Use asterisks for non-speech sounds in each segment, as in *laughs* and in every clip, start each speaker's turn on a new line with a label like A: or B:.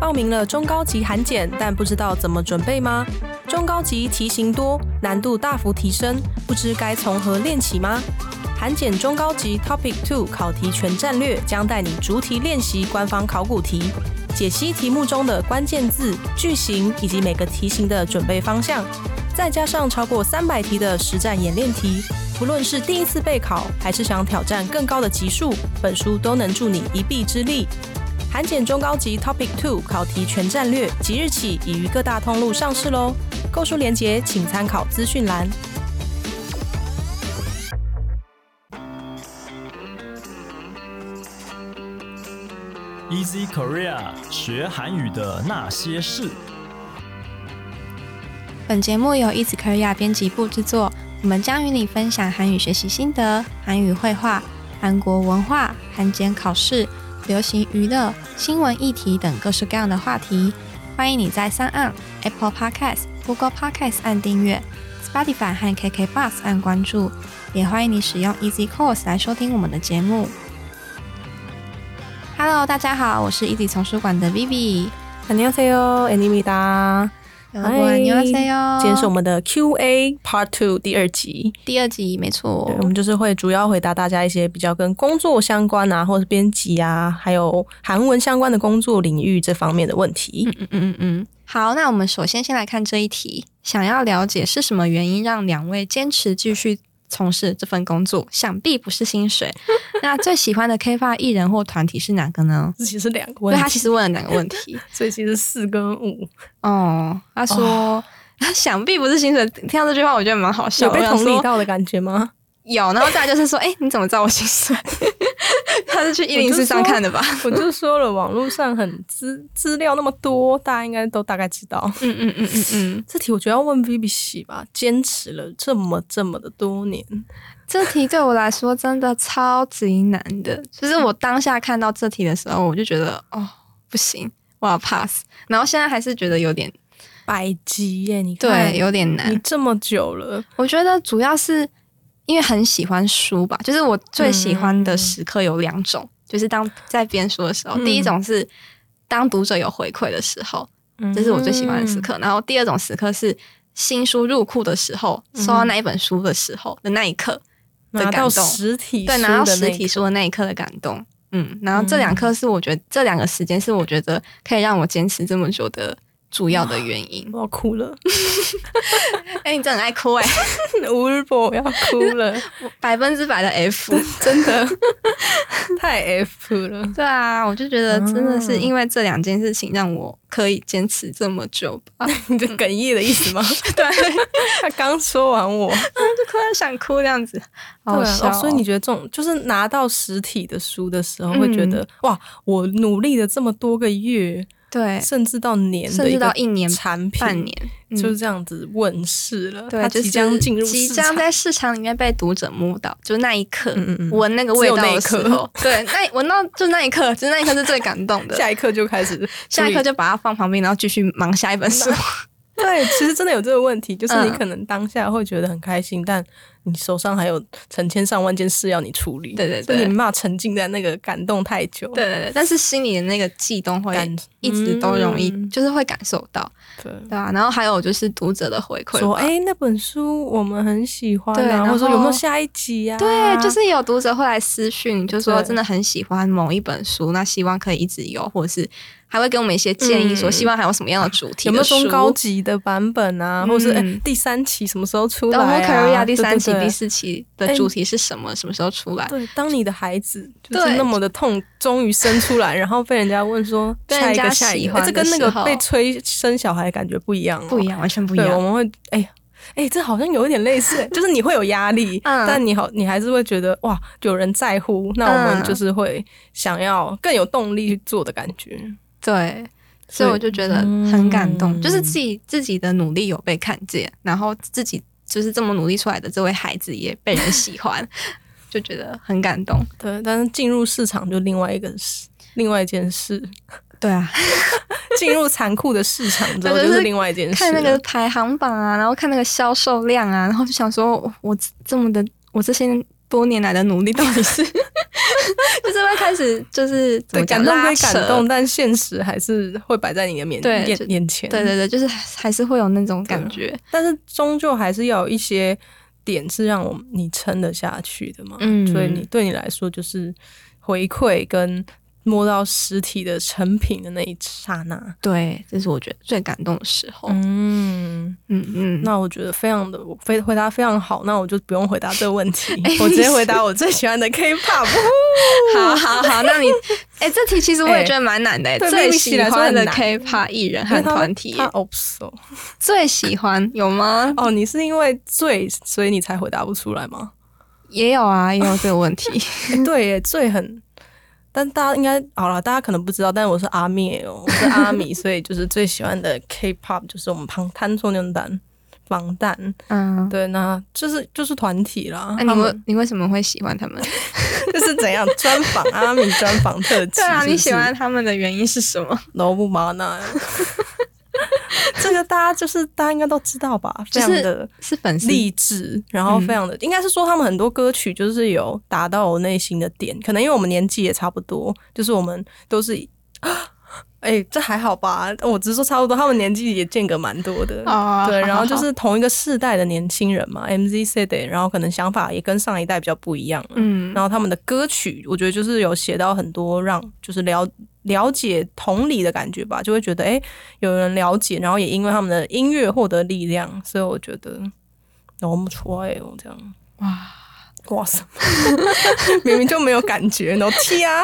A: 报名了中高级韩检，但不知道怎么准备吗？中高级题型多，难度大幅提升，不知该从何练起吗？韩检中高级 Topic Two 考题全战略将带你逐题练习官方考古题，解析题目中的关键字、句型以及每个题型的准备方向，再加上超过三百题的实战演练题。不论是第一次备考，还是想挑战更高的级数，本书都能助你一臂之力。韩检中高级 Topic Two 考题全战略即日起已于各大通路上市喽，购书链接请参考资讯栏。
B: Easy Korea 学韩语的那些事。
C: 本节目由 Easy Korea 编辑部制作，我们将与你分享韩语学习心得、韩语绘画、韩国文化、韩检考试、流行娱乐、新闻议题等各式各样的话题。欢迎你在三岸 Apple Podcast、Google Podcast 按订阅，Spotify 和 KK Bus 按关注，也欢迎你使用 Easy Course 来收听我们的节目。Hello，大家好，我是 Easy 丛书馆的 Vivi。
A: 안녕하세요，애니입니다。
C: 여러분안녕하세요
A: 今天是我们的 Q&A Part Two 第二集，
C: 第二集，没错
A: 对，，我们就是会主要回答大家一些比较跟工作相关啊，或是编辑啊，还有韩文相关的工作领域这方面的问题。
C: 嗯嗯嗯嗯。好，那我们首先先来看这一题，想要了解是什么原因让两位坚持继续从事这份工作，想必不是薪 *laughs* 水。那最喜欢的 K f 艺人或团体是哪个呢？
A: 这其实两个
C: 因
A: 问
C: 为他其实问了两个问 *laughs* 题
A: 所以其实四跟五
C: 哦。他说、 *laughs* 想必不是薪水，听到这句话我觉得蛮好笑
A: 有
C: 的。
A: 被
C: 我想
A: 同
C: 说
A: 理到的感觉吗？
C: 有，然后再来就是说，哎、你怎么知道我薪水？ *laughs* 他是去一零四上看的吧？
A: 我就说了，网络上很资资料那么多，大家应该都大概知道。
C: 嗯嗯嗯嗯嗯。
A: 这题我觉得要问 BBC 吧，坚持了这么这么的多年，
C: 这题对我来说真的超级难的，就是我
A: 嗯
C: 当下看到这题的时候，我就觉得哦不行，我要 pass。然后现在还是觉得有点
A: 百集耶！你看，
C: 对，有点
A: 你
C: 难。
A: 这么久了，
C: 我觉得主要是因为很喜欢书吧，就是我最喜欢的时刻有两种，就是当在编书的时候，
A: 嗯
C: 第一种是当读者有回馈的时候，
A: 嗯
C: 这是我最喜欢的时刻。然后第二种时刻是新书入库的时候，收到那一本书的时候的那一刻。
A: 嗯，
C: 的
A: 拿
C: 感动
A: 到实体
C: 对，
A: 书
C: 拿到
A: 的
C: 实
A: 那
C: 体
A: 个
C: 书的那一刻的感动。嗯，然后这两刻是我觉得、这两个时间是我觉得可以让我坚持这么久的主要的原因。
A: 我要哭了， *laughs*
C: 哎、你真的很爱哭哎、
A: 吴日博我要哭了，
C: *laughs* 百分之百的 F。
A: *laughs* 真的太 F 了。 *laughs*
C: 对啊，我就觉得真的
A: 嗯
C: 是因为这两件事情让我可以坚持这么久吧。 *laughs*
A: 你这哽咽的意思吗？
C: 对，就
A: *laughs* 他刚说完我，
C: 突然想哭这样子，好好
A: 对
C: 笑哦、
A: 啊，所以你觉得这种就是拿到实体的书的时候，会
C: 嗯
A: 觉得、哇，我努力了这么多个月，
C: 对，
A: 甚至到年
C: 甚
A: 的
C: 至
A: 个
C: 到一年
A: 产品，
C: 半年，嗯
A: 就是这样子问世了，
C: 对，
A: 它
C: 就
A: 即
C: 是
A: 将进入市
C: 即
A: 场
C: 将在市场里面被读者摸到，就是那一刻，
A: 嗯嗯嗯
C: 闻那个味道的时
A: 只有那一
C: 候， *laughs* 对，那闻到就那一刻，就是那一刻是最感动
A: *laughs*
C: 的。
A: 下一刻就开始
C: *laughs* 下一刻
A: 就
C: 就把它放旁边，然后继续忙下一本
A: *laughs*
C: 书。
A: 对，其实真的有这个问题，就是你
C: 嗯
A: 可能当下会觉得很开心，但你手上还有成千上万件事要你处理，
C: 对对
A: 所以你
C: 对
A: 没办法沉浸在那个感动太久，
C: 对对对，但是心里的那个悸动会
A: 感
C: 一直都容易，
A: 嗯
C: 就是会感受到，
A: 对。
C: 对啊。然后还有就是读者的回馈
A: 说
C: 吧，
A: 哎、那本书我们很喜欢、啊，
C: 对然
A: 或者说有没有
C: 后
A: 下一集呀、啊？
C: 对，就是有读者会来私讯，就说
A: 对
C: 真的很喜欢某一本书，那希望可以一直有，或者是还会给我们一些建议，说
A: 嗯
C: 希望还有什么样的主题
A: 有没
C: 的
A: 有
C: 书，
A: 中高级的版本啊，或是、诶
C: 嗯哦
A: 第三期什么时候出
C: 《
A: 来、
C: Double
A: 啊？
C: Korea》第三期、
A: 对对
C: 第
A: 对
C: 四期的
A: 哎
C: 主题是什么？什么时候出来？
A: 对，当你的孩子就是
C: 对
A: 那么的痛，终于生出来，然后被人家问说
C: 被
A: 下
C: 人
A: 一
C: 家
A: 个下一
C: 喜
A: 个，哎
C: 欢
A: 诶这
C: 的
A: 跟那
C: 时
A: 个
C: 候
A: 被催生小孩感觉不一样、哦，
C: 不一样，完全不一
A: 对，我
C: 样。
A: 们会哎呀。哎、这好像有一点类
C: *laughs*
A: 似，就是你会有压力，
C: 嗯
A: 但你好，你还是会觉得哇，有人在乎，那我们
C: 嗯
A: 就是会想要更有动力去做的感觉。
C: 对，所以我就觉得
A: 嗯
C: 很感动，就是自己自己的努力有被看见，然后自己就是这么努力出来的这位孩子也被人喜欢，
A: *laughs*
C: 就觉得很感动。
A: 对，但是进入市场就另外一个事，另外一件事，
C: 对啊，
A: 进入残酷的市场
C: *laughs*
A: 之后
C: 对
A: 就
C: 就是
A: 是另外一件事了。
C: 看那个啊排行榜啊，然后看那个销售量啊，然后就想说，我我这么的，我这些多年来的努力到底是， *laughs* 就是会开始就是怎
A: 对，
C: 么讲
A: 感动归
C: 拉扯啊
A: 感动，但现实还是会摆在你的面
C: 对就
A: 眼眼前。
C: 对对对，就是还是会有那种感觉。
A: 但是终究还是要有一些点是让我们你撑得下去的嘛。
C: 嗯
A: 所以你对你来说就是回馈跟摸到实体的成品的那一刹那。
C: 对，这是我觉得最感动的时候。
A: 嗯，
C: 嗯嗯，
A: 那我觉得非常的，我非回答非常好，那我就不用回答这个问题，
C: 哎
A: *laughs* 我直接回答我最喜欢的 K-pop。
C: 好好好，那 *laughs* 你哎、这题其实我也
A: 哎
C: 觉得蛮难的、
A: 对
C: 最
A: 对比起
C: 喜
A: 来说
C: 欢
A: 很
C: 的
A: 难
C: K-pop 艺人和团体
A: 他，Ops 哦，
C: 最喜欢有吗？
A: 哦，你是因为醉，所以你才回答不出来吗？
C: *laughs* 也有啊，也有这个问题。
A: 欸对耶，醉很，但大家应该好了，大家可能不知道，但我是阿灭哦，我是阿米，所以就是最喜欢的 K-pop 就是我们旁摊错牛蛋防弹，
C: *laughs* 嗯，
A: 对，那就是就是团体啦，
C: 那、
A: 他
C: 啊你
A: 们
C: 为你为什么会喜欢他们？
A: *laughs* 就是怎样专访阿米专访
C: *laughs*
A: 特辑，
C: *laughs* 对啊，
A: 是不
C: 你喜
A: 是
C: 欢他们的原因是什么？
A: 罗布玛
C: *laughs*
A: 纳。这个大家就是大家应该都知道吧，非
C: 就
A: 常的
C: 是是粉丝嗯
A: 励志，然后非常的，应该是说他们很多歌曲就是有达到我内心的点，可能因为我们年纪也差不多，就是我们都是，哎、这还好吧？我只是说差不多，他们年纪也间隔蛮多的。
C: 哦，
A: 对，
C: 好
A: 然后就，
C: 好好
A: 是同一个世代的年轻人嘛，MZ 世代，然后可能想法也跟上一代比较不一样了。
C: *laughs* 嗯，
A: 然后他们的歌曲，我觉得就是有写到很多让就是了了解同理的感觉吧，就会觉得哎、诶有人了解，然后也因为他们的音乐获得力量，所以我觉得我们错哎，我这样
C: 哇，
A: 哇塞， *laughs* 明明就没有感觉，然后踢啊，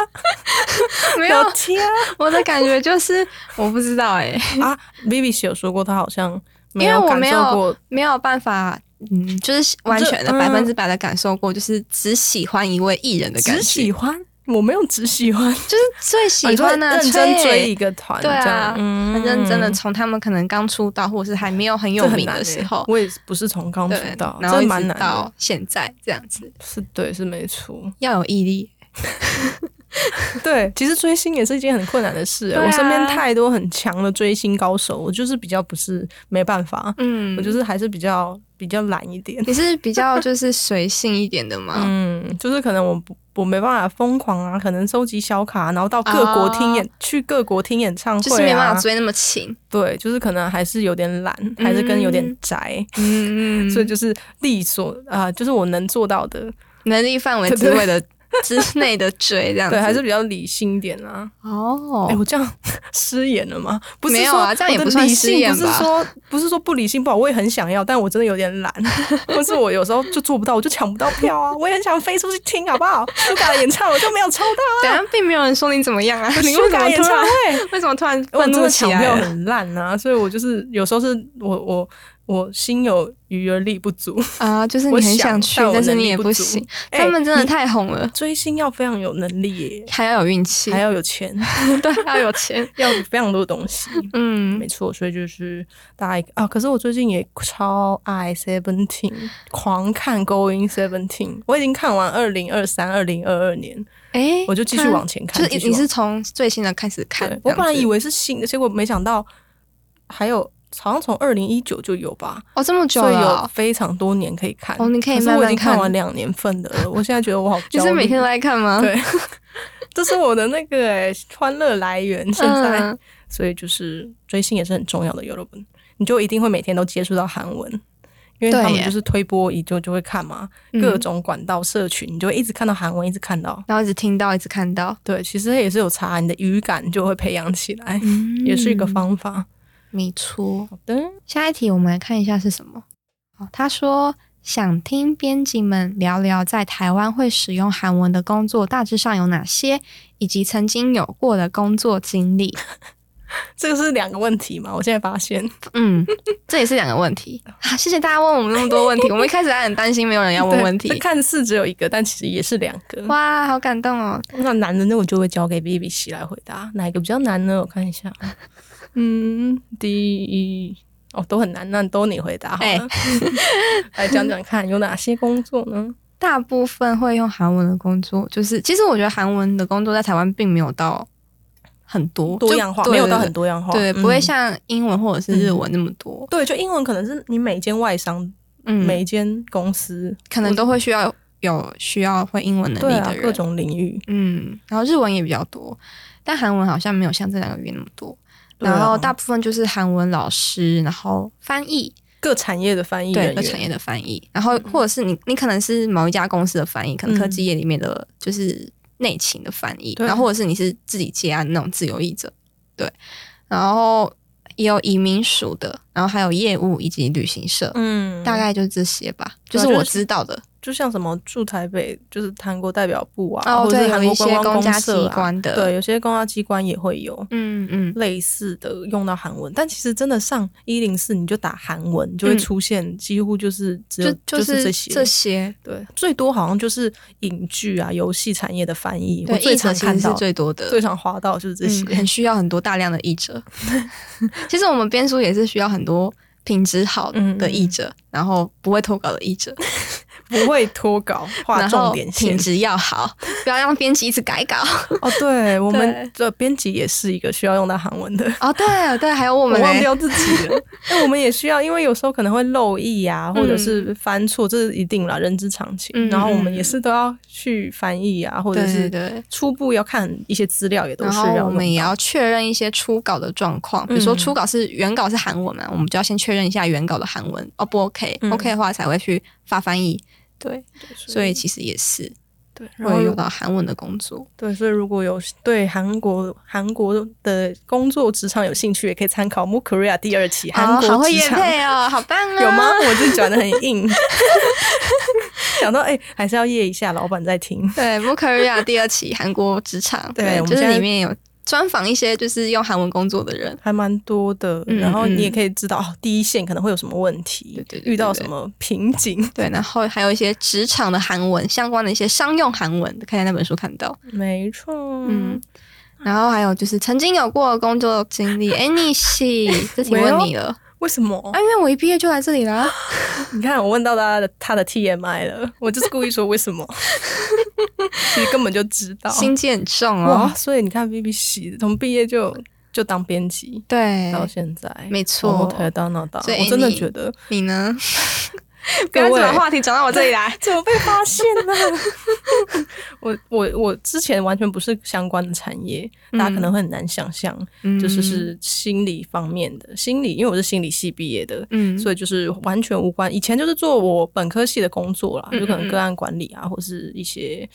C: 没有
A: 然后，踢啊
C: 我的感觉就是我不知道哎、
A: 啊，Vivi 有说过他好像没
C: 因为
A: 有
C: 我
A: 感
C: 没
A: 受
C: 有
A: 过，
C: 没有办法，嗯，就是完
A: 这
C: 全的
A: 嗯
C: 百分之百的感受过，就是只喜欢一位艺人的感
A: 只
C: 觉，
A: 喜欢，我没有只喜欢，
C: 就是最喜欢的、
A: 啊你说认真追一
C: 追。
A: 个团，
C: 对
A: 这
C: 啊
A: 样，嗯
C: 很认真的，从他们可能刚出道，或者是还没有很有
A: 这很
C: 名
A: 难
C: 的
A: 欸
C: 时候，
A: 我也是不是从刚出
C: 对
A: 道，，
C: 然后
A: 这
C: 一
A: 蛮
C: 直
A: 难的
C: 到。现在这样子，
A: 是对，是没错。
C: 要有毅力。
A: 对，其实追星也是一件很困难的事、欸
C: 对啊
A: 我身边太多很强的追星高手，我就是比较不是没办法，
C: 嗯
A: 我就是还是比较比较懒一点。
C: 你是比较就是随性一点的吗？
A: 嗯，就是可能我不我没办法疯狂啊，可能收集小卡，然后到各国听演、去各国听演唱会、啊，
C: 哦就是没办法追那么勤。
A: 对，就是可能还是有点懒，还是跟有点宅，
C: 嗯嗯，
A: 所以就是力所啊、就是我能做到的，
C: 能力范围之外的之内的追这样子，
A: 对，还是比较理性一点啦、
C: 哦
A: 哎、我这样 *laughs* 失言了吗？不是
C: 没有
A: 说
C: 啊这样也
A: 我的
C: 不算
A: 理
C: 失
A: 性
C: 言
A: 不是
C: 吧
A: 说不是说不理性不好，我也很想要，但我真的有点懒，或是我有时候就做不到，我就抢不到票啊，我也很想飞出去听，好不好？苏打的演唱我就没有抽到
C: 等一下并没有人说你怎么样啊，
A: 啊，
C: *laughs* 你
A: 苏
C: 为什
A: 打
C: 么
A: 演
C: 突
A: 唱
C: *laughs*
A: *laughs*
C: 然
A: 会，哎
C: 为什么突然
A: 我
C: 愤
A: 真
C: 怒
A: 的
C: 起
A: 抢
C: 来
A: 票
C: 了？
A: 很烂啊，所以我就是有时候是我我我心有余而力不足，
C: 啊，就是你
A: 我
C: 很
A: 想
C: 想去
A: 但，我
C: 但是
A: 能
C: 你
A: 力
C: 也
A: 不
C: 不
A: 足
C: 行。
A: 哎
C: 他们真的
A: 你
C: 太红了，
A: 追星要非常有能力耶，
C: 还要有运
A: *laughs*
C: 气，
A: 还要有钱，
C: 对，要
A: *laughs*
C: 有钱。
A: 要非常多东西。
C: 嗯
A: 没，错，所以就是大家一个啊，可是我最近也超爱 Seventeen，狂看 Going Seventeen，我已经看完二零二三、二零二二年，
C: 哎，
A: 我就继续
C: 看
A: 往前看
C: 就
A: 继
C: 是
A: 续
C: 你
A: 往
C: 是从最新的开始看
A: 对，
C: 这
A: 我
C: 样
A: 本来以
C: 子
A: 为是新的，结果没想到还有好像从二零一九就有吧，
C: 哦这么久
A: 所以
C: 了
A: 有
C: 哦，
A: 非常多年可以看。
C: 哦你可以
A: 是
C: 慢
A: 我已
C: 慢
A: 经看
C: 看
A: 完两年份的了，我现在觉得我好
C: *laughs* 你
A: 焦虑。
C: 是每天都在看吗？
A: 对， *laughs* 这是我的那个、欸、欢乐来源，现在。
C: 嗯
A: 所以就是追星也是很重要的。有了文，你就一定会每天都接触到韩文，因为
C: 对
A: 他们
C: 耶
A: 就是推播一就就会看嘛，
C: 嗯
A: 各种管道社群，你就会一直看到韩文，一直看到。
C: 然后一直听到，一直看到，
A: 对，其实也是有差，你的语感就会培养起来，
C: 嗯
A: 也是一个方法。
C: 没错。
A: 好的，
C: 下一题我们来看一下是什么。好，他说想听编辑们聊聊在台湾会使用韩文的工作大致上有哪些，以及曾经有过的工作
A: *laughs*
C: 经历。
A: 这个是两个问题嘛？我现在发现，
C: 嗯，这也是两个问题 *laughs* 啊！谢谢大家问我们那么多问
A: *laughs*
C: 题，我们一开始还很担心没有人要问问
A: 对这
C: 题。
A: 看似只有一个，但其实也是两个。
C: *laughs* 哇，好感动哦！
A: 那难的那我就会交给 B B 西来回答，哪一个比较难呢？我看一下，啊嗯，第一哦都很难，那都你回答好了，*laughs*
C: 哎
A: 来讲讲看有哪些工作呢？
C: 大部分会用韩文的工作，就是其实我觉得韩文的工作在台湾并没有到很多
A: 多样化
C: 就
A: 没
C: 对
A: 有到很多样化，
C: 对，
A: 嗯
C: 不会像英文或者是日文那么多。
A: 对，就英文可能是你每一间外商、
C: 嗯，
A: 每一间公司
C: 可能都会需要有需要会英文能
A: 对
C: 力
A: 啊
C: 的，人，
A: 各种领域。
C: 嗯，然后日文也比较多，但韩文好像没有像这两个语言那么多。
A: 对啊
C: 然后大部分就是韩文老师，然后翻译，
A: 各产业的翻译
C: 对
A: 人
C: 各产
A: 员，
C: 业的翻译，然后或者是你你可能是某一家公司的翻译，可能科技业里面的就是内勤的翻译，
A: 嗯对
C: 然后或者是你是自己接案那种自由译者，对，然后也有移民署的，然后还有业务以及旅行社，
A: 嗯，
C: 大概就是这些吧，就
A: 对啊
C: 是
A: 就是
C: 我知道的
A: 就像什么驻台北，就是韩国代表部啊，
C: 哦，
A: 或者
C: 对，
A: 是
C: 有
A: 韩
C: 一
A: 国
C: 些
A: 观光
C: 公家机
A: 社啊，
C: 关的，
A: 对，，有些公家机关也会有
C: 嗯嗯，
A: 类似的用到韩文，但其实真的上一零四你就打韩文，你就会
C: 嗯
A: 出现几乎就是只有、
C: 就就是
A: 是
C: 这
A: 这
C: 些
A: 些。对，最多好像就是影剧啊、游戏产业的翻译，我
C: 对，
A: 最
C: 译者
A: 常
C: 其
A: 看
C: 实是
A: 到、
C: 最多的，
A: 最常滑到就是这些。
C: 嗯、很需要很多大量的译者。 *laughs* 其实我们编书也是需要很多品质好的译者，然后不会脱稿的译者，
A: *laughs* 不会脱稿，画
C: *laughs* 然
A: 重
C: 后
A: 点线
C: 品。质要 *laughs* 好，不要让编辑一直改稿。
A: 哦，对，我
C: 对
A: 们的编辑也是一个需要用到韩文的。
C: 哦，对对，还有 *laughs* 我
A: 我
C: 们
A: 忘
C: 嘞
A: 掉自己
C: *laughs*
A: 了，哎，我们也需要，因为有时候可能会漏译啊，或者是翻错，这是一定啦，人之常情。
C: 嗯
A: 然后我们也是都要去翻译啊，或者
C: 对
A: 是
C: 对对
A: 初步要看一些资料，也都
C: 然
A: 是
C: 后
A: 要
C: 我们也
A: 用到
C: 要确认一些初稿的状况，比如说
A: 嗯
C: 初稿是原稿是韩文嘛，我们就要先确认一下原稿的韩文哦不 OK，OK、
A: 嗯
C: OK 的话才会去发翻译。对，所以
A: 以
C: 其实也是
A: 对，然后
C: 会
A: 如
C: 用到韩文的工作。
A: 对，所以如果有对韩国韩国的工作职场有兴趣，也可以参考《Mo Korea》第二期韩
C: 好
A: 国
C: 会
A: 职
C: 业
A: 场。
C: 配哦，好棒
A: *laughs*
C: 啊！
A: 有吗？？我自己转的很硬， *laughs* 想到哎、还是要夜一下，老板在听。
C: 对 m o k a r i a 第二期韩国职场，
A: 对我们
C: 就是
A: 现在
C: 里面有专访一些就是用韩文工作的人，
A: 还蛮多的，
C: 嗯
A: 然后
C: 嗯
A: 你也可以知道、哦、第一线可能会有什么问题，
C: 对对对
A: 遇到
C: 对
A: 什么瓶颈，
C: 对，然后还有一些职场的韩文相关的一些商用韩文，可以在那本书看到。
A: 没错，
C: 嗯，然后还有就是曾经有过的工作经
A: *laughs*
C: 历，哎，你系这题问你了
A: 为什么？
C: 啊，因为我一毕业就来这里啦。
A: *laughs* 你看我问到他的他的 TMI 了，我就是故意说为什
C: *laughs*
A: 么，其实根本就知道。
C: 心机很重哦
A: 哦哇，。所以你看 BBC 从毕业就就当编辑
C: 对，
A: 到现在，
C: 没错
A: 从头到脑到，
C: 所以
A: 我真的
C: 你
A: 觉得
C: 你
A: *laughs*
C: 呢？ *laughs* 不要一直把话题转到我这里来。
A: 怎么被发现了？
C: *laughs*
A: 我我我之前完全不是相关的产业，
C: 嗯
A: 大家可能会很难想象，
C: 嗯
A: 就是是心理方面的心理，因为我是心理系毕业的。
C: 嗯，
A: 所以就是完全无关，以前就是做我本科系的工作啦，
C: 嗯
A: 就可能个案管理啊，或是一些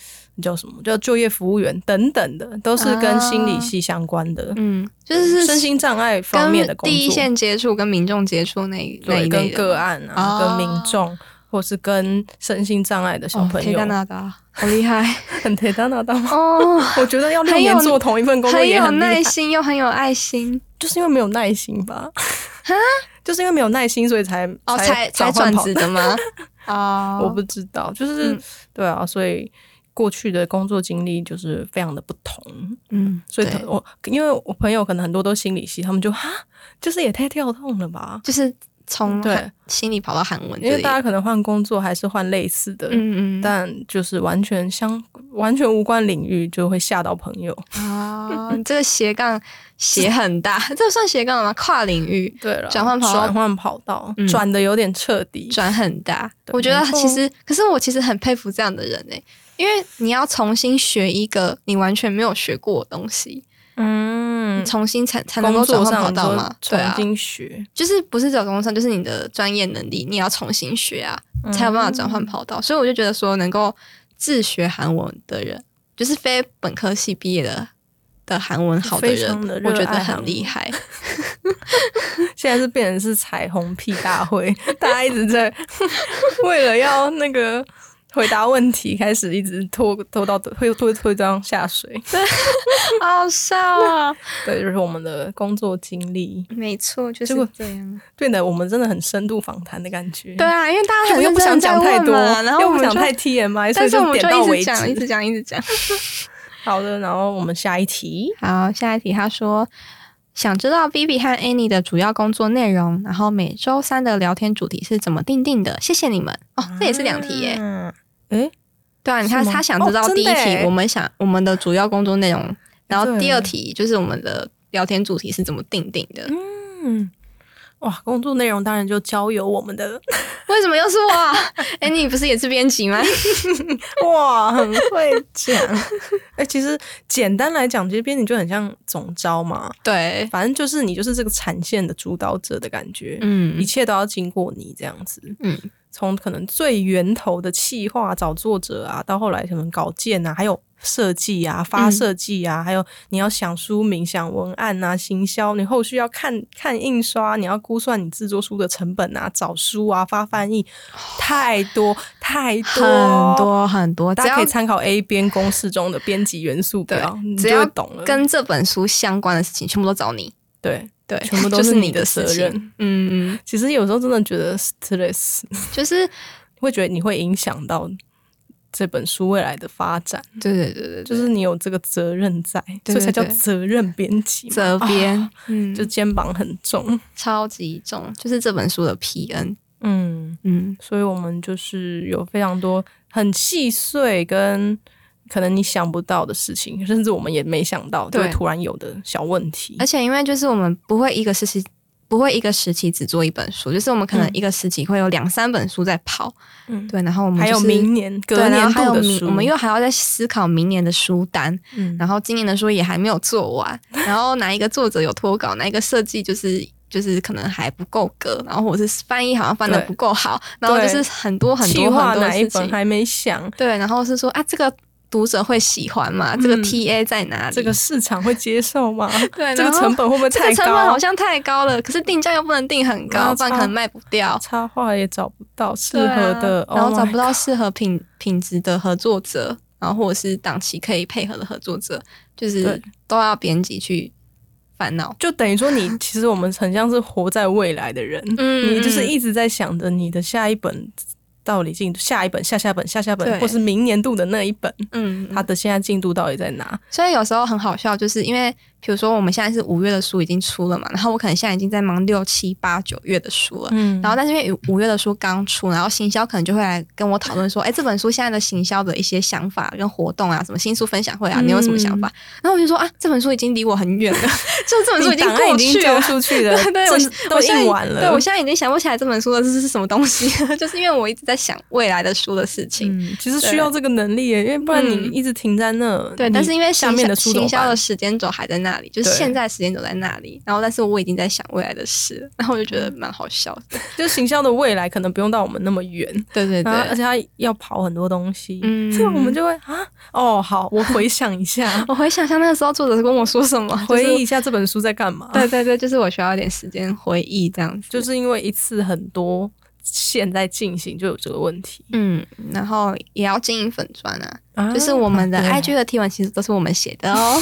A: 叫什么叫就业服务员等等的，都是跟心理系相关的，
C: 啊嗯，就是
A: 身心障碍方面的工
C: 跟
A: 作，
C: 第一线接触、跟民众接触那一那
A: 对
C: 一
A: 跟
C: 类的
A: 个
C: 吗
A: 案啊，跟
C: 哦
A: 民众，或是跟身心障碍的小
C: 哦
A: 朋
C: 可以
A: 友，
C: 到那的啊，好厉害
A: *laughs* 很铁蛋拿到吗？
C: 哦，
A: 我觉得要六
C: 很有
A: 年做同一份工作
C: 很
A: 也
C: 有
A: 很厉害
C: 耐，心又很有爱心
A: 就是因为没有耐心吧？就是因为没有耐心，所以才
C: 哦，才才
A: 才
C: 转
A: 跑
C: 职的
A: *laughs*
C: 吗？哦，
A: 我不知道，就是、
C: 嗯
A: 对啊，所以过去的工作经历就是非常的不同。
C: 嗯，
A: 所以
C: 对
A: 我因为我朋友可能很多都心理系，他们就哈，就是也太跳痛了吧？
C: 就是从
A: 对
C: 韩心里跑到韩文这
A: 因
C: 里，
A: 为大家可能换工作还是换类似的，
C: 嗯嗯，
A: 但就是完全相完全无关领域，就会吓到朋友。 *laughs*
C: 啊，你这个斜杠斜很大，这算斜杠吗？跨领域
A: 对了，
C: 转换跑道
A: 转换跑道
C: 嗯，
A: 转的有点彻底。
C: 转很大，
A: 对
C: 我觉得
A: 没错
C: 其实，可是我其实很佩服这样的人哎、因为你要重新学一个你完全没有学过的东西，
A: 嗯
C: 重新才才能够
A: 工
C: 转
A: 作
C: 换
A: 上
C: 跑道
A: 你说
C: 嘛？对
A: 重
C: 啊，
A: 新学、
C: 就是不是找工作上，就是你的专业能力，你要重新学啊，才有办法转
A: 嗯
C: 换跑道。所以我就觉得说，能够自学韩文的人，就是非本科系毕业的的韩文好的
A: 非
C: 人
A: 常，地
C: 我觉
A: 热
C: 得
A: 爱韩
C: 很
A: 文 *laughs*
C: 厉害。
A: 现在是变成是彩虹屁大会， *laughs* 大家一直在为了要那个回答问题，开始一直拖拖到推推推这样下水。 *laughs*
C: 好笑啊！
A: 对，就是我们的工作经历，
C: 没错，就
A: 结果
C: 是这样。
A: 变得我们真的很深度访谈的感觉。
C: 对。啊，因为大家
A: 我
C: 很
A: 又
C: 认
A: 不
C: 真
A: 想
C: 地在
A: 讲太
C: 问
A: 多，
C: 嘛然后
A: 又
C: 我
A: 不
C: 们
A: 想
C: 就
A: 太
C: *laughs*
A: TMI，所
C: 但
A: 以
C: 是我们
A: 点到
C: 就一
A: 为
C: 直
A: 止。
C: 讲，一直讲，一
A: *laughs*
C: 直讲。
A: 好的，然后我们下一题。
C: 好，下一题，他说想知道 B B 和 Annie 的主要工作内容，然后每周三的聊天主题是怎么定定的？谢谢你们哦，这也是两题耶。
A: 嗯，诶，
C: 对啊，你
A: 是
C: 看
A: 吗
C: 他想知道
A: 哦真
C: 第
A: 的
C: 一题，
A: 耶
C: 我们想我们的主要工作内容，然后
A: 对
C: 第二题就是我们的聊天主题是怎么定定的。
A: 嗯，哇，工作内容当然就交由我们的，
C: 为什么又是我？ *laughs* 哎、你不是也是编辑
A: *laughs*
C: 吗？
A: 哇，很会讲。 *laughs* 哎、其实简单来讲，其实编辑就很像总招嘛，
C: 对，
A: 反正就是你就是这个产线的主导者的感觉，一
C: 嗯
A: 切都要经过你这样子。
C: 嗯，
A: 从可能最源头的企划找作者啊，到后来可能稿件啊，还有设计啊、发
C: 嗯
A: 设计啊，还有你要想书名、想文案啊、行销，你后续要看看印刷，你要估算你制作书的成本啊、找书啊、发翻译，太多太多
C: 很。多很多，
A: 哦大
C: 只
A: 家
C: 要
A: 可以参考 A 编公式中的编辑元素表，你
C: 只
A: 就会
C: 要
A: 懂了。
C: 跟这本书相关的事情，全部都找你。
A: 对，
C: *laughs* 对，
A: 全部都
C: 就是
A: 你
C: 你
A: 的
C: 事
A: 责
C: 情
A: 任。
C: 嗯嗯，
A: 其实有时候真的觉得 stress *laughs*
C: 就是
A: 会觉得你会影响到这本书未来的发展，
C: 对对对对，
A: 就
C: 就是
A: 你有这个责任在，
C: 对对
A: 所以才叫
C: 对
A: 责任编辑嘛。
C: 责编，
A: 啊
C: 嗯，
A: 就
C: 就
A: 肩膀很重，
C: 超级重，就是这本书的 PN。
A: 嗯，
C: 嗯，
A: 所以我们就是有非常多很细碎跟可能你想不到的事情，甚至我们也没想到，就
C: 对
A: 会突然有的小问题
C: 而。且因为就是我们不会一个时期。不会一个时期只做一本书，就是我们可能
A: 嗯
C: 一个时期会有两三本书在跑，
A: 嗯，
C: 对，然后我们、就
A: 还
C: 是、
A: 有明年
C: 对
A: 隔
C: 然
A: 年
C: 后还
A: 度
C: 有
A: 的
C: 明
A: 书，
C: 我们又还要再思考明年的书单，
A: 嗯
C: 然后今年的书也还没有做完，然后哪一个作者有脱稿，哪一个设计就是就是可能还不够格，然后我是翻译好像翻的
A: 对
C: 不够好，然后就是很多很
A: 计
C: 多
A: 划
C: 很多
A: 哪一
C: 事
A: 本
C: 情，
A: 还没想，
C: 对，然后是说啊这个读者会喜欢吗？这个
A: 嗯
C: TA 在哪里？
A: 这个市场会接受
C: *laughs*
A: 吗？
C: 对，
A: 这个
C: 哎然后
A: 成本会不会
C: 这
A: 太
C: 个
A: 高？
C: 成本好像太高了，可是定价又不能定很
A: 那
C: 高，不
A: 超
C: 然可能卖不掉。
A: 插画也找不到适
C: 对啊
A: 合的，
C: 然后
A: Oh
C: 找
A: my
C: 不到适合品品质的合作者，然后或者是档期可以配合的合作者，就是
A: 对
C: 都要编辑去烦恼。
A: 就等于说
C: *laughs*
A: 你其实我们很像是活在未来的人，
C: 嗯
A: 你就是一直在想着你的下一本到底进度，下一本、下下本、下下本，
C: 对
A: 或是明年度的那一本，
C: 嗯，嗯
A: 它的现在进度到底在哪？
C: 所以有时候很好笑，就是因为比如说我们现在是五月的书已经出了嘛，然后我可能现在已经在忙六七八九月的书了。
A: 嗯
C: 然后，但是因为五月的书刚出，然后行销可能就会来跟我讨论说，哎，这本书现在的行销的一些想法跟活动啊，什么新书分享会啊，
A: 嗯
C: 你有什么想法？然后我就说啊，这本书已经离我很远了， *laughs* 就这本书已经
A: 档案
C: 过
A: 已经
C: 去了
A: 交，出去了，
C: *laughs* 对对，
A: 这
C: 我
A: 都
C: 我现在
A: 印完了，
C: 对我现在已经想不起来这本书的是是 *laughs* 什么东西，就是因为我一直在想未来的书的事情。
A: 嗯，其实需要这个能力耶，因为不然你
C: 嗯
A: 一直停在那，
C: 对，
A: 你
C: 但是因为
A: 下
C: 行
A: 面
C: 销
A: 的书怎么
C: 行销
A: 办
C: 的时间轴还在那里，就是
A: 对
C: 现在时间轴在那里，然后但是我已经在想未来的事了，然 *laughs* 后我就觉得蛮好笑的。
A: 就行销的未来可能不用到我们那么远，
C: 对对 *laughs*
A: 然后而
C: 对，
A: 且它要跑很多东西，
C: 嗯，
A: 所以我们就会啊，哦，好，我回想一下
C: *laughs* 我回想一下那个时候作者跟我说什么，
A: 回忆
C: 啊忆。
A: 一下这本书在干嘛。
C: 对，对对，就是我需要一点时间回忆这样子。
A: 就是因为一次很多现在进行就有这个问题，
C: 嗯，然后也要经营粉砖啊，
A: 啊
C: 就是我们的
A: 对
C: IG 的贴文其实都是我们写的 *laughs* 哦。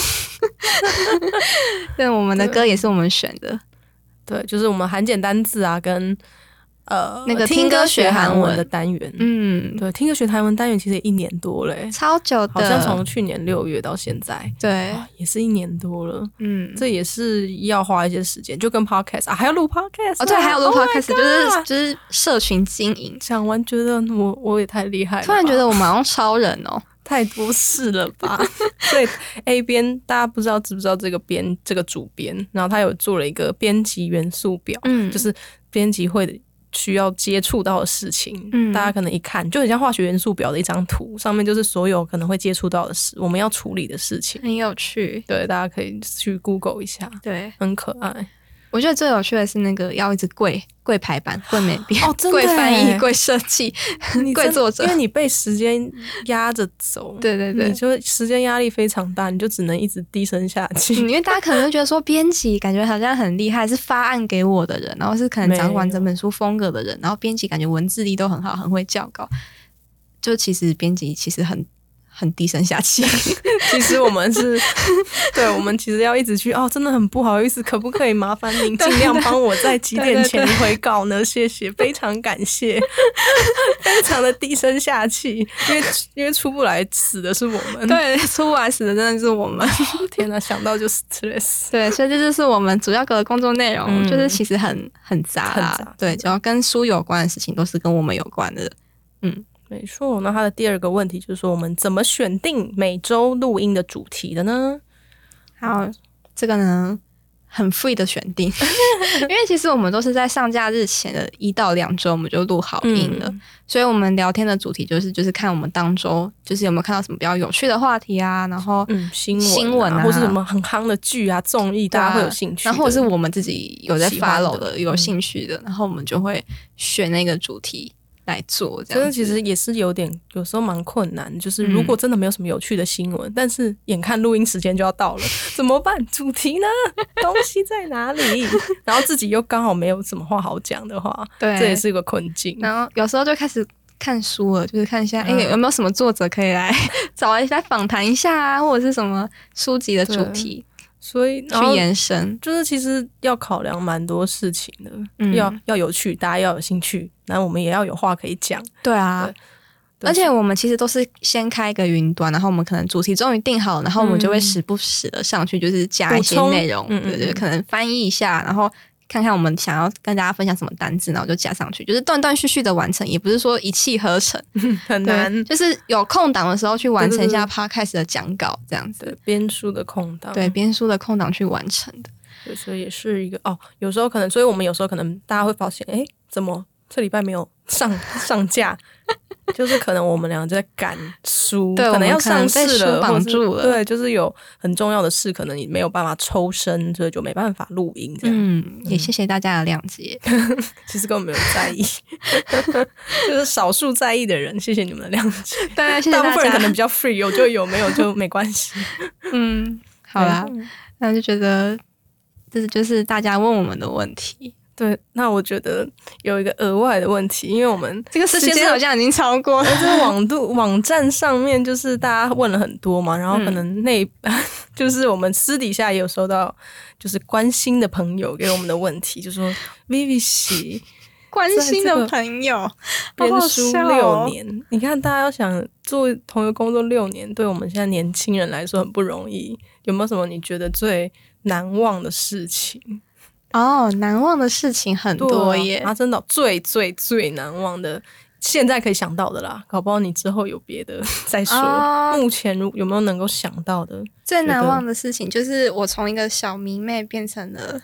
C: 对，我们的歌也是我们选的。
A: 对，就是我们韩简单字啊，跟呃
C: 那个
A: 听
C: 听歌学
A: 学
C: 韩
A: 文
C: 文
A: 的单元，
C: 嗯，
A: 对，听歌学韩文单元其实一年多嘞，
C: 超久的，
A: 好像从去年六月到现在。
C: 对，
A: 啊也是一年多了，
C: 嗯，
A: 这也是要花一些时间，就跟 podcast 啊，还要录 podcast，、
C: 哦对，还有录
A: podcast。
C: podcast，就是就是社群经营。
A: 讲完觉得我我也太厉害了吧，
C: 突然觉得我们好像超人哦，
A: 太多事了
C: *laughs*
A: 吧？所以 A 编大家不知道知不知道这个编这个主编，然后他有做了一个编辑元素表，
C: 嗯
A: 就是编辑会需要接触到的事情，
C: 嗯
A: 大家可能一看就很像化学元素表的一张图，上面就是所有可能会接触到的事，我们要处理的事情。
C: 很有趣。
A: 对，大家可以去 Google 一下，
C: 对，
A: 很可爱。
C: 我觉得最有趣的是那个要一直跪跪排版、跪 *laughs* 美编、
A: 哦 *laughs* 真的
C: 跪翻
A: 耶
C: 译、跪设计、
A: 你
C: 跪
A: 真
C: 作者
A: 因。为你被时间压着 *laughs* 走，
C: 对对对
A: 你，就时间压力非常大，你就只能一直低声 *laughs* 下气。
C: 嗯因为大家可能会觉得说，编辑感觉好像很厉害，是发案给我的人，然后是可能掌管整本书风格的人，然后编辑感觉文字力都很好，很会校稿。就其实编辑其实很很低声下气，
A: 其实我们是，对，我们其实要一直去哦，真的很不好意思，可不可以麻烦您尽量帮我在几点前回稿呢？谢谢，非常感谢， *laughs* 非常的低声下气，因为因为出不来，死的是我们。，
C: *laughs* 对，出完死的真的是我们。
A: 天哪，想到就 stress。
C: 对，所以这就是我们主要的工作内容，
A: 嗯
C: 就是其实很很杂啦。
A: 很杂
C: 对，只要跟书有关的事情都是跟我们有关的。
A: 没错，那他的第二个问题就是说，我们怎么选定每周录音的主题的呢？
C: 还有这个呢，很 free 的选定， *laughs* 因为其实我们都是在上架日前的一到两周我们就录好音了，
A: 嗯
C: 所以我们聊天的主题就是就是看我们当周就是有没有看到什么比较有趣的话题啊，然后
A: 嗯，新闻、
C: 新闻啊
A: 或是什么很夯的剧啊、综艺，
C: 对啊
A: 大家会有兴趣的。
C: 然后或者是我们自己有在
A: 喜欢的
C: follow 的有兴趣的，然后我们就会选那个主题来做，这
A: 真
C: 样
A: 的
C: 子
A: 其实也是有点，有时候蛮困难。就是
C: 嗯
A: 如果真的没有什么有趣的新闻，但是眼看录音时间就要
C: *laughs*
A: 到了，怎么办？主题呢？东西在哪
C: *laughs*
A: 里？然后自己又刚好没有什么话好讲的话，
C: 对，
A: 这也是一个困境。
C: 然后有时候就开始看书了，就是看一下，哎、
A: 嗯
C: 有没有什么作者可以来 *laughs* 找一下访谈一下啊，或者是什么书籍的主
A: 对
C: 题
A: 所以，然
C: 去
A: 后
C: 延伸。
A: 就是其实要考量蛮多事情的，
C: 嗯
A: 要要有趣，大家要有兴趣，然后我们也要有话可以
C: *laughs*
A: 讲。
C: 对啊，
A: 对
C: 而且我们其实都是先开一个云端，然后我们可能主题终于定好，然后我们就会
A: 嗯
C: 时不时的上去，就是加
A: 补
C: 一些
A: 充
C: 内容，
A: 嗯嗯
C: 对对，
A: 嗯
C: 可能翻译一下，然后。看看我们想要跟大家分享什么单字，然后就加上去，就是断断续续的完成，也不是说一气呵成，
A: 很难
C: 对，就是有空档的时候去完成一下
A: 嗯对嗯
C: podcast 的讲稿，这样子。
A: 对编书的空档，
C: 对编书的空档去完成的。
A: 对，所以也是一个哦，有时候可能，所以我们有时候可能大家会发现，哎，怎么这礼拜没有上上架？ *laughs* 就是可能我们两个就在赶书，
C: 对
A: 可
C: 我们
A: 要
C: 可能
A: 上
C: 被
A: 市
C: 书
A: 了，
C: 绑
A: 或是
C: 住了
A: 对，就是有很重要的事，可能你没有办法抽身，所以就没办法录音。这样、
C: 嗯，也谢谢大家的谅
A: *laughs*
C: 解。
A: 其实根本没有在意， *laughs* 就是少数在意的人，谢谢你们的谅解。
C: 对，谢谢
A: 大部
C: 大
A: 分人可能
C: 家
A: 比。较 free，有就有，没有就 *laughs* 没关系。
C: 嗯， *laughs* 好啦，那就觉得这就是大家问我们的问题。
A: 对，那我觉得有一个额外的问题，因为我们 *laughs*
C: 这个时
A: 时
C: 间
A: 间哦
C: 好
A: 好
C: 像已经超过了。
A: 就是网度网站上面，就是大家问了很多嘛，然后可能那、 *laughs* 就是我们私底下也有收到，就是关心的朋友给我们的问题，就说 Vivi 喜
C: 关心
A: 在这
C: 的
A: 个
C: 朋友，
A: 编
C: 好好
A: 书
C: 笑哦
A: 六年，你看大家要想做同一个工作六年，对我们现在年轻人来说很不容易，有没有什么你觉得最难忘的事情？
C: 哦，难忘的事情很多
A: 对
C: 耶
A: 啊，。真的最最最难忘的，现在可以想到的啦，搞不好你之后有别的再说。
C: 啊
A: 目前如有没有能够想到的
C: 最
A: 觉
C: 难
A: 得
C: 忘的事情就是我从一个小迷妹变成
A: *laughs*
C: 了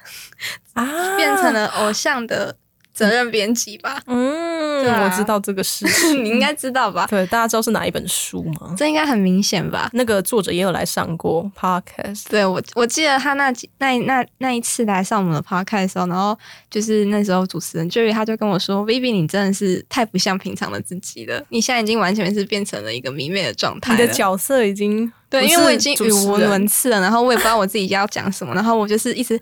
A: 啊
C: 变成了偶像的责任编辑吧。 *laughs*
A: 嗯，
C: 对啊
A: 我知道这个事
C: *laughs* 你
A: 情。
C: 应该知道吧？
A: *laughs* 对，大家知道是哪一本书吗？
C: 这应该很明显吧？
A: 那个作者也有来上过 podcast，
C: 对我，我记得他那几那那那一次来上我们的 podcast 的时候，然后就是那时候主持人 Jerry 他就跟我说：“Vivi，你真的是太不像平常的自己了，你现在已经完全是变成了一个迷妹的状态
A: 你
C: 了。
A: 的角色已经”
C: 对，
A: 不
C: 因为我已
A: 是
C: 经
A: 主
C: 语
A: 持
C: 无
A: 人
C: 伦次了，然后我也不知道我自己要讲什么，然后我就是一直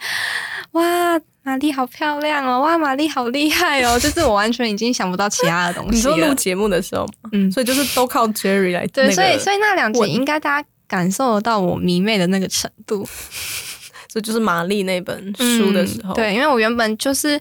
C: 哇，玛丽好漂亮哦，哇，玛丽好厉害哦，就是我完全已经想不到其他的东
A: *laughs* 你
C: 西
A: 说录
C: 了。
A: 节目的时候嘛，
C: 嗯，
A: 所以就是都靠 Jerry 来
C: 对，
A: 那个
C: 所以所以那两集
A: 问
C: 应该大家感受得到我迷妹的那个程度。
A: 所以就是玛丽那本书的时候，
C: 嗯对，因为我原本就是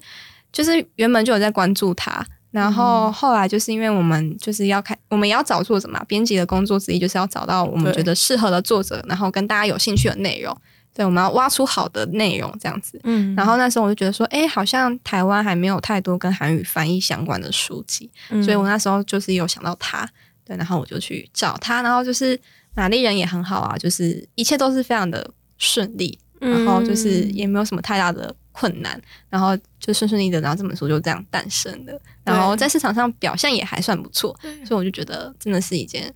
C: 就是原本就有在关注他，然
A: 嗯
C: 后后来就是因为我们就是要看，我们也要找作者嘛，编辑的工作之一就是要找到我们
A: 对
C: 觉得适合的作者，然后跟大家有兴趣的内容，对，我们要挖出好的内容这样子。
A: 嗯
C: 然后那时候我就觉得说，哎、好像台湾还没有太多跟韩语翻译相关的书籍，
A: 嗯
C: 所以我那时候就是有想到他，对，然后我就去找他，然后就是玛丽人也很好啊，就是一切都是非常的顺利，然后就是
A: 嗯
C: 也没有什么太大的困难，然后就顺顺利利的，然后这本书就这样诞生的，然后在市场上表现也还算不错，所以我就觉得真的是一件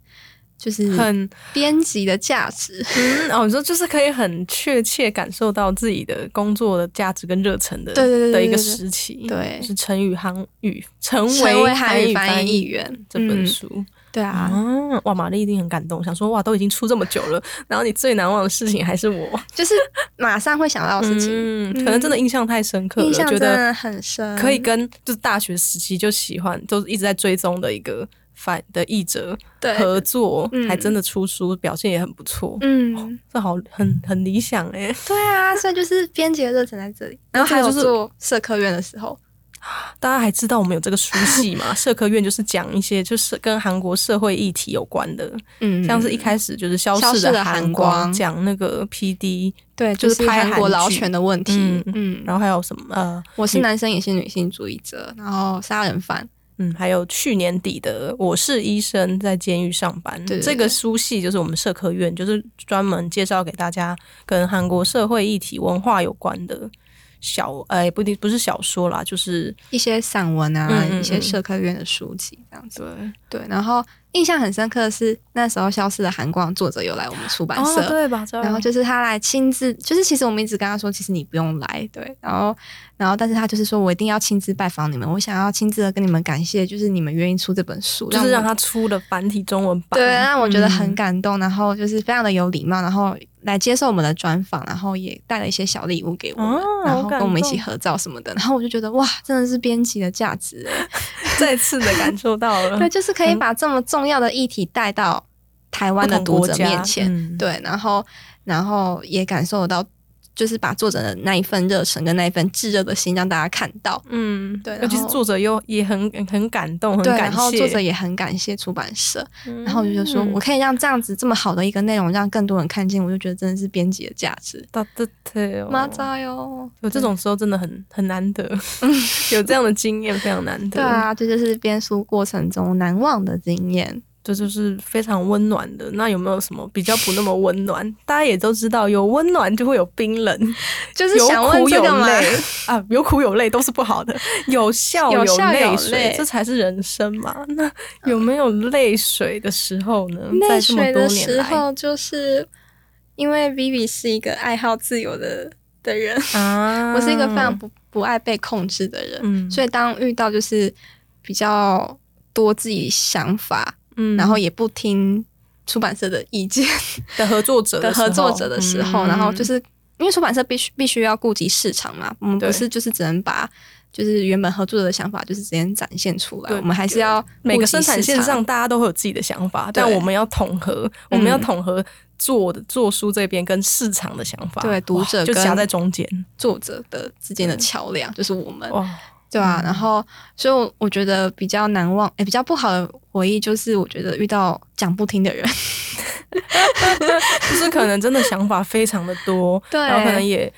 C: 就是
A: 很
C: 编辑的价值，
A: 嗯，哦，你说就是可以很确切感受到自己的工作的价值跟热忱的，
C: 对对对对
A: 的一个
C: 对对
A: 时期，
C: 对
A: 就是成语韩语成
C: 成为
A: 韩
C: 韩语
A: 翻
C: 翻译员
A: 这本
C: 嗯
A: 书
C: 对
A: 啊、
C: 啊，
A: 哇，玛丽一定很感动，想说哇，都已经出这么久了，然后你最难忘的事情还是我，
C: 就是马上会想到的事情，
A: 嗯，可能真的印象太深刻了，
C: 印象
A: 觉
C: 真
A: 得
C: 的很深，
A: 可以跟就是大学时期就喜欢，都一直在追踪的一个反的译者
C: 对
A: 合作，
C: 嗯
A: 还真的出书，表现也很不错，
C: 嗯，
A: 这好很很理想哎、
C: 对啊，所以就是编辑的热忱在这里，然后还有
A: 就是
C: 做社科院的时候，
A: 大家还知道我们有这个书系
C: *laughs*
A: 嘛？社科院就是讲一些就是跟韩国社会议题有关的，
C: 嗯，
A: 像是一开始就是消逝
C: 消逝的
A: 的
C: 韩
A: 韩
C: 光
A: 光，讲那个 PD，
C: 对，
A: 就是
C: 是
A: 拍
C: 韩国
A: 韩
C: 劳
A: 剧
C: 权的问题
A: 嗯，
C: 嗯
A: 然后还有什么呃，
C: 我是男生也是女性主义者，然后杀人犯，
A: 嗯，还有去年底的《我是医生在监狱上班》
C: 对对
A: 这个
C: 对
A: 书系，就是我们社科院，就是专门介绍给大家跟韩国社会议题、文化有关的小，哎、不一定不是小说啦，就是
C: 一些散文啊，
A: 嗯嗯嗯
C: 一些社科院的书籍这样子。
A: 对
C: 对，然后印象很深刻的是那时候消失的韩光作者有来我们出版社，
A: 哦、对吧？
C: 然后就是他来亲自，就是其实我们一直跟他说，其实你不用来，对。然后，然后，但是他就是说我一定要亲自拜访你们，我想要亲自的跟你们感谢，就是你们愿意出这本书，
A: 就是
C: 我
A: 让他出了繁体中文版，
C: 对，让我觉得很
A: 嗯
C: 感动，然后就是非常的有礼貌，然后来接受我们的专访，然后也带了一些小礼物给我们，
A: 哦
C: 然
A: 好
C: 后
A: 感
C: 跟我们一起
A: 动
C: 合照什么的，然后我就觉得哇，真的是编辑的价值哎， *laughs*
A: 再次的感受到了
C: 对，就是可以
A: 嗯
C: 把这么重要的议题带到台湾的
A: 不同
C: 读
A: 国
C: 者
A: 家
C: 面前，
A: 嗯
C: 对，然后然后也感受得到，就是把作者的那一份热忱跟那一份炙热的心让大家看到。
A: 嗯，
C: 对然
A: 尤其是
C: 后
A: 作者又也很很感动，很
C: 对，
A: 感
C: 然后
A: 谢，
C: 作者也很感谢出版社，
A: 嗯，
C: 然后我就说，我可以让这样子这么好的一个内容让更多人看见，我就觉得真的是编辑的价值。
A: 哒哒哒，
C: 妈扎哟，
A: 哦有这种时候真的很很难得， *laughs* 有这样的经验非常难得。
C: 对啊，这就是编书过程中难忘的经验。
A: 这就是非常温暖的。那有没有什么比较不那么温暖？大家也都知道，有温暖就会有冰冷，
C: 就是
A: 有
C: 想问
A: 苦
C: 这
A: 有
C: 个嘛，
A: 泪
C: *laughs*
A: 啊，有苦有泪都是不好的， *laughs* 有笑
C: 有笑有
A: 泪水，
C: 泪嗯
A: 这才是人生嘛。那有没有泪水的时候呢？
C: 泪
A: 嗯在这么
C: 水
A: 多
C: 的
A: 年
C: 时
A: 来
C: 候，就是因为 Vivi 是一个爱好自由的的人，
A: 啊
C: 我是一个非常不不爱被控制的人，
A: 嗯
C: 所以当遇到就是比较多自己想法，
A: 嗯
C: 然后也不听出版社的意见
A: *laughs* 的合作者
C: 的
A: 时候
C: 合作者的时候，
A: 嗯
C: 然后就是因为出版社必须必须要顾及市场嘛，我们
A: 对
C: 不是就是只能把。就是原本合作者的想法，就是直接展现出来。
A: 对
C: 我们还是要
A: 每
C: 顾
A: 个
C: 及
A: 生产
C: 市
A: 线
C: 场
A: 上，大家都会有自己的想法，
C: 对
A: 但我们要统合，我们要
C: 嗯
A: 统合做的做书这边跟市场的想法，
C: 对读
A: 哇
C: 者
A: 就
C: 跟
A: 夹在中间，
C: 作者的之间的桥梁，就是我们。
A: 哇，
C: 对啊，然后所以我我觉得比较难忘，诶，比较不好的回忆就是我觉得遇到讲不听的人，
A: 就是可能真的想法非常的多，
C: *laughs* 对
A: 然后可能也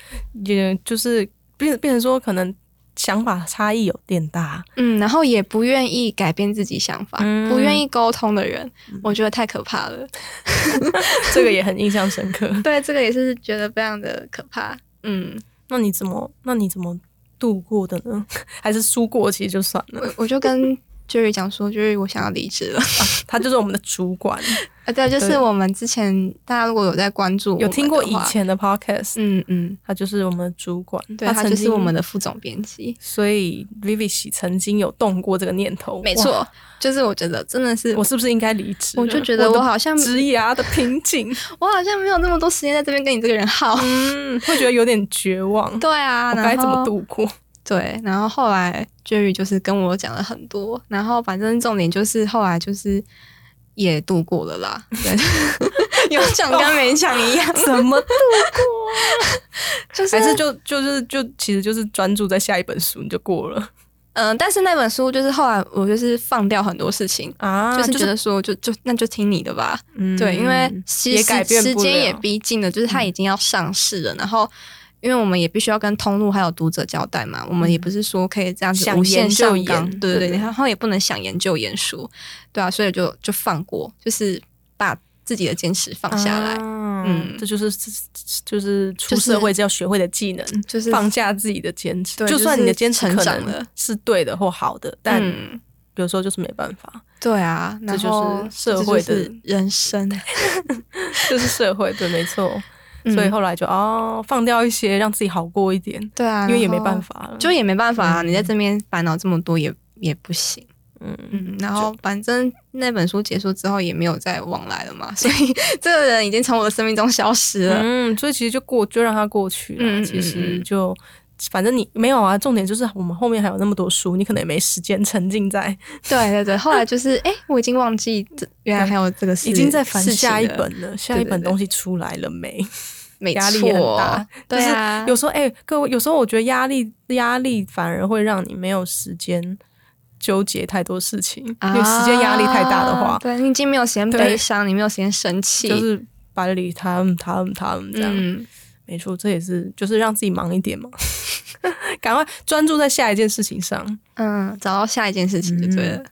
A: 也就是变变成说可能。想法差异有点
C: *laughs*
A: 大，
C: 嗯，然后也不愿意改变自己想法，
A: 嗯
C: 不愿意沟通的人，我觉得太可怕了。
A: 这个也很印象深刻。
C: *laughs* 对，这个也是觉得非常的可怕。嗯，
A: 那你怎么，那你怎么度过的呢？还是输过其实就算了。
C: 我我就 *laughs* 跟 Jerry 讲说，Jerry 我想要离 *laughs* 职了。
A: 他就是我们的主
C: *laughs*
A: 管，
C: 啊，对，就是
A: 对
C: 我们之前大家如果有在关注，
A: 有听过以，前的 podcast，
C: 嗯嗯，
A: 他就是我们的主管，
C: 对，他
A: 曾
C: 就是
A: 经
C: 我们的副总编辑。
A: 所以 Vivi 曾经有动过这个念头，
C: 没
A: 哇，
C: 错，就是我觉得真的是
A: 我是不是应该离职了？
C: 我就觉得
A: 我
C: 我
A: 的
C: 好像
A: 职涯的瓶
C: *laughs*
A: 颈，
C: 我好像没有那么多时间在这边跟你这个人耗。
A: 嗯，会觉得有点绝望。
C: 对啊，
A: 我
C: 然
A: 该怎么
C: 后
A: 度过？
C: 对，然后后来 Jerry 就是跟我讲了很多，然后反正重点就是后来就是也度过了啦，
A: *laughs*
C: 对，有讲跟没讲一 *laughs* 样，
A: 怎么度？
C: 就
A: *laughs*
C: 是
A: 还是就就是就其实就是专注在下一本书，你就过了
C: 嗯、但是那本书就是后来我就是放掉很多事情，
A: *laughs* 啊
C: 就是觉得说就就那就听你的吧，
A: 嗯
C: 对，因为时
A: 也改变
C: 时
A: 不
C: 间
A: 了
C: 也逼近了，就是嗯它已经要上市了，然后。因为我们也必须要跟通路还有读者交代嘛，我们也不是说可以这样子
A: 想
C: 无限
A: 研就
C: 上纲，
A: 研
C: 对对
A: 对
C: 对，然后也不能想研究研书，对啊，所以就就放过，就是把自己的坚持放下来，嗯
A: 嗯，这就是这就是出
C: 就是
A: 社会要学会的技能，
C: 就是
A: 放下自己的坚持。
C: 对
A: 就算
C: 就是
A: 你的坚持
C: 成
A: 可
C: 长
A: 能
C: 了
A: 是对的或好的，但
C: 嗯
A: 有时候就是没办法。
C: 对啊，然
A: 这就是
C: 后
A: 社
C: 这就
A: 会的
C: 是人生，
A: 就是社会，对，没错。
C: 嗯
A: 所以后来就哦，放掉一些，让自己好过一点，
C: 对啊，
A: 因为也
C: 然
A: 没
C: 后
A: 办，法了。
C: 就也没办法啊，
A: 嗯
C: 你在这边烦恼这么多也也不行。
A: 嗯，
C: 嗯，然后反正那本书结束之后也没有再往来了嘛，所
A: *laughs*
C: 以这个人已经从我的生命中消失了。
A: 嗯，所以其实就过，就让它过去了。
C: 嗯嗯嗯
A: 其实
C: 嗯
A: 就反正你没有啊，重点就是我们后面还有那么多书，你可能也没时间 *laughs* 沉浸在，
C: 对对对，后来就是哎、诶我已经忘记这原来还有这个事，
A: 已经在翻
C: 事情
A: 下一
C: 了，
A: 本了，下一
C: 对
A: 本
C: 对
A: 东西出来了没？
C: 没
A: 压力也很
C: 错
A: 大，
C: 对啊，
A: 有时候，哎、各位，有时候我觉得压力压力反而会让你没有时间纠结太多事情，因为时间压力太大的话，
C: 啊对你已经没有时间
A: 对
C: 悲伤，你没有时间生气，
A: 就是百里他们他们他们这样，
C: 嗯，
A: 没错，这也是就是让自己忙一点嘛， *laughs* 赶快专注在下一件事情上。
C: 嗯，找到下一件事情就对了。
A: 哦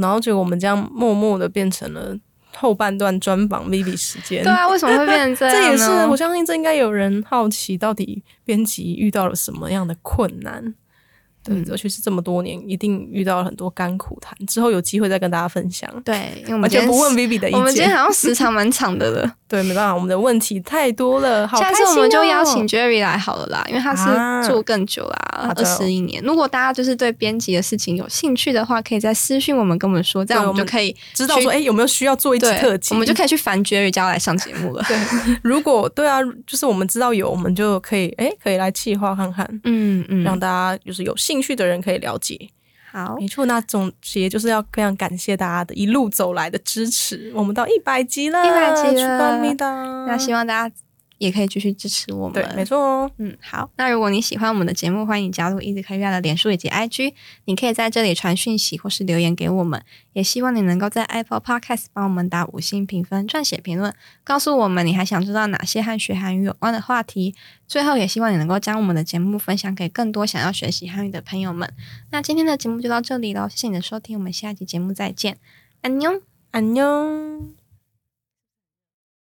A: 然后结果我们这样默默的变成了后半段专访 Vivi 时间。
C: 对啊，为什么会变成这
A: *laughs* 这
C: 样呢？
A: 也是我相信，这应该有人好奇，到底编辑遇到了什么样的困难？对，
C: 嗯
A: 尤其是这么多年，一定遇到了很多甘苦谈。之后有机会再跟大家分享，
C: 对，因为我们
A: 完
C: 今
A: 全
C: 天
A: 不问 Vivi 的意见。
C: 我们今天好像时长蛮长的了，
A: 对，没办法，我们的问题太多了，好
C: 下
A: 开
C: 次我
A: 心
C: 们就
A: 哦
C: 邀请 Jerry 来好了啦，因为他
A: 啊
C: 是做更久啦
A: 好，
C: 二
A: 的
C: 十一年。如果大家就是对编辑的事情有兴趣的话，可以在私讯我们跟我们说，这样
A: 对
C: 我们
A: 我
C: 就
A: 们
C: 可以
A: 知道说，哎、有没有需要做一期
C: 对
A: 特，辑？
C: 我们就可以去烦 Jerry 叫他来上节目了。
A: 如果对啊，就是我们知道有，我们就可以哎、可以来企划看看，
C: 嗯
A: 让
C: 嗯，
A: 大家就是有兴趣的人可以了解。
C: 好，
A: 没错，那总结就是要非常感谢大家的一路走来的支持，我们到一百集了，
C: 100集了
A: 축하합니다
C: 那希望大家也可以继续支持我
A: 对，没
C: 们。
A: 错哦。
C: 嗯，好。那如果你喜欢我们的节目，欢迎加入 Easy 科学的脸书以及 IG，你可以在这里传讯息或是留言给我们。也希望你能够在 Apple Podcast 帮我们打五星评分、撰写评论，告诉我们你还想知道哪些和学韩语有关的话题。最后，也希望你能够将我们的节目分享给更多想要学习韩语的朋友们。那今天的节目就到这里喽，谢谢你的收听，我们下期节目再见，安妞。
A: 안녕.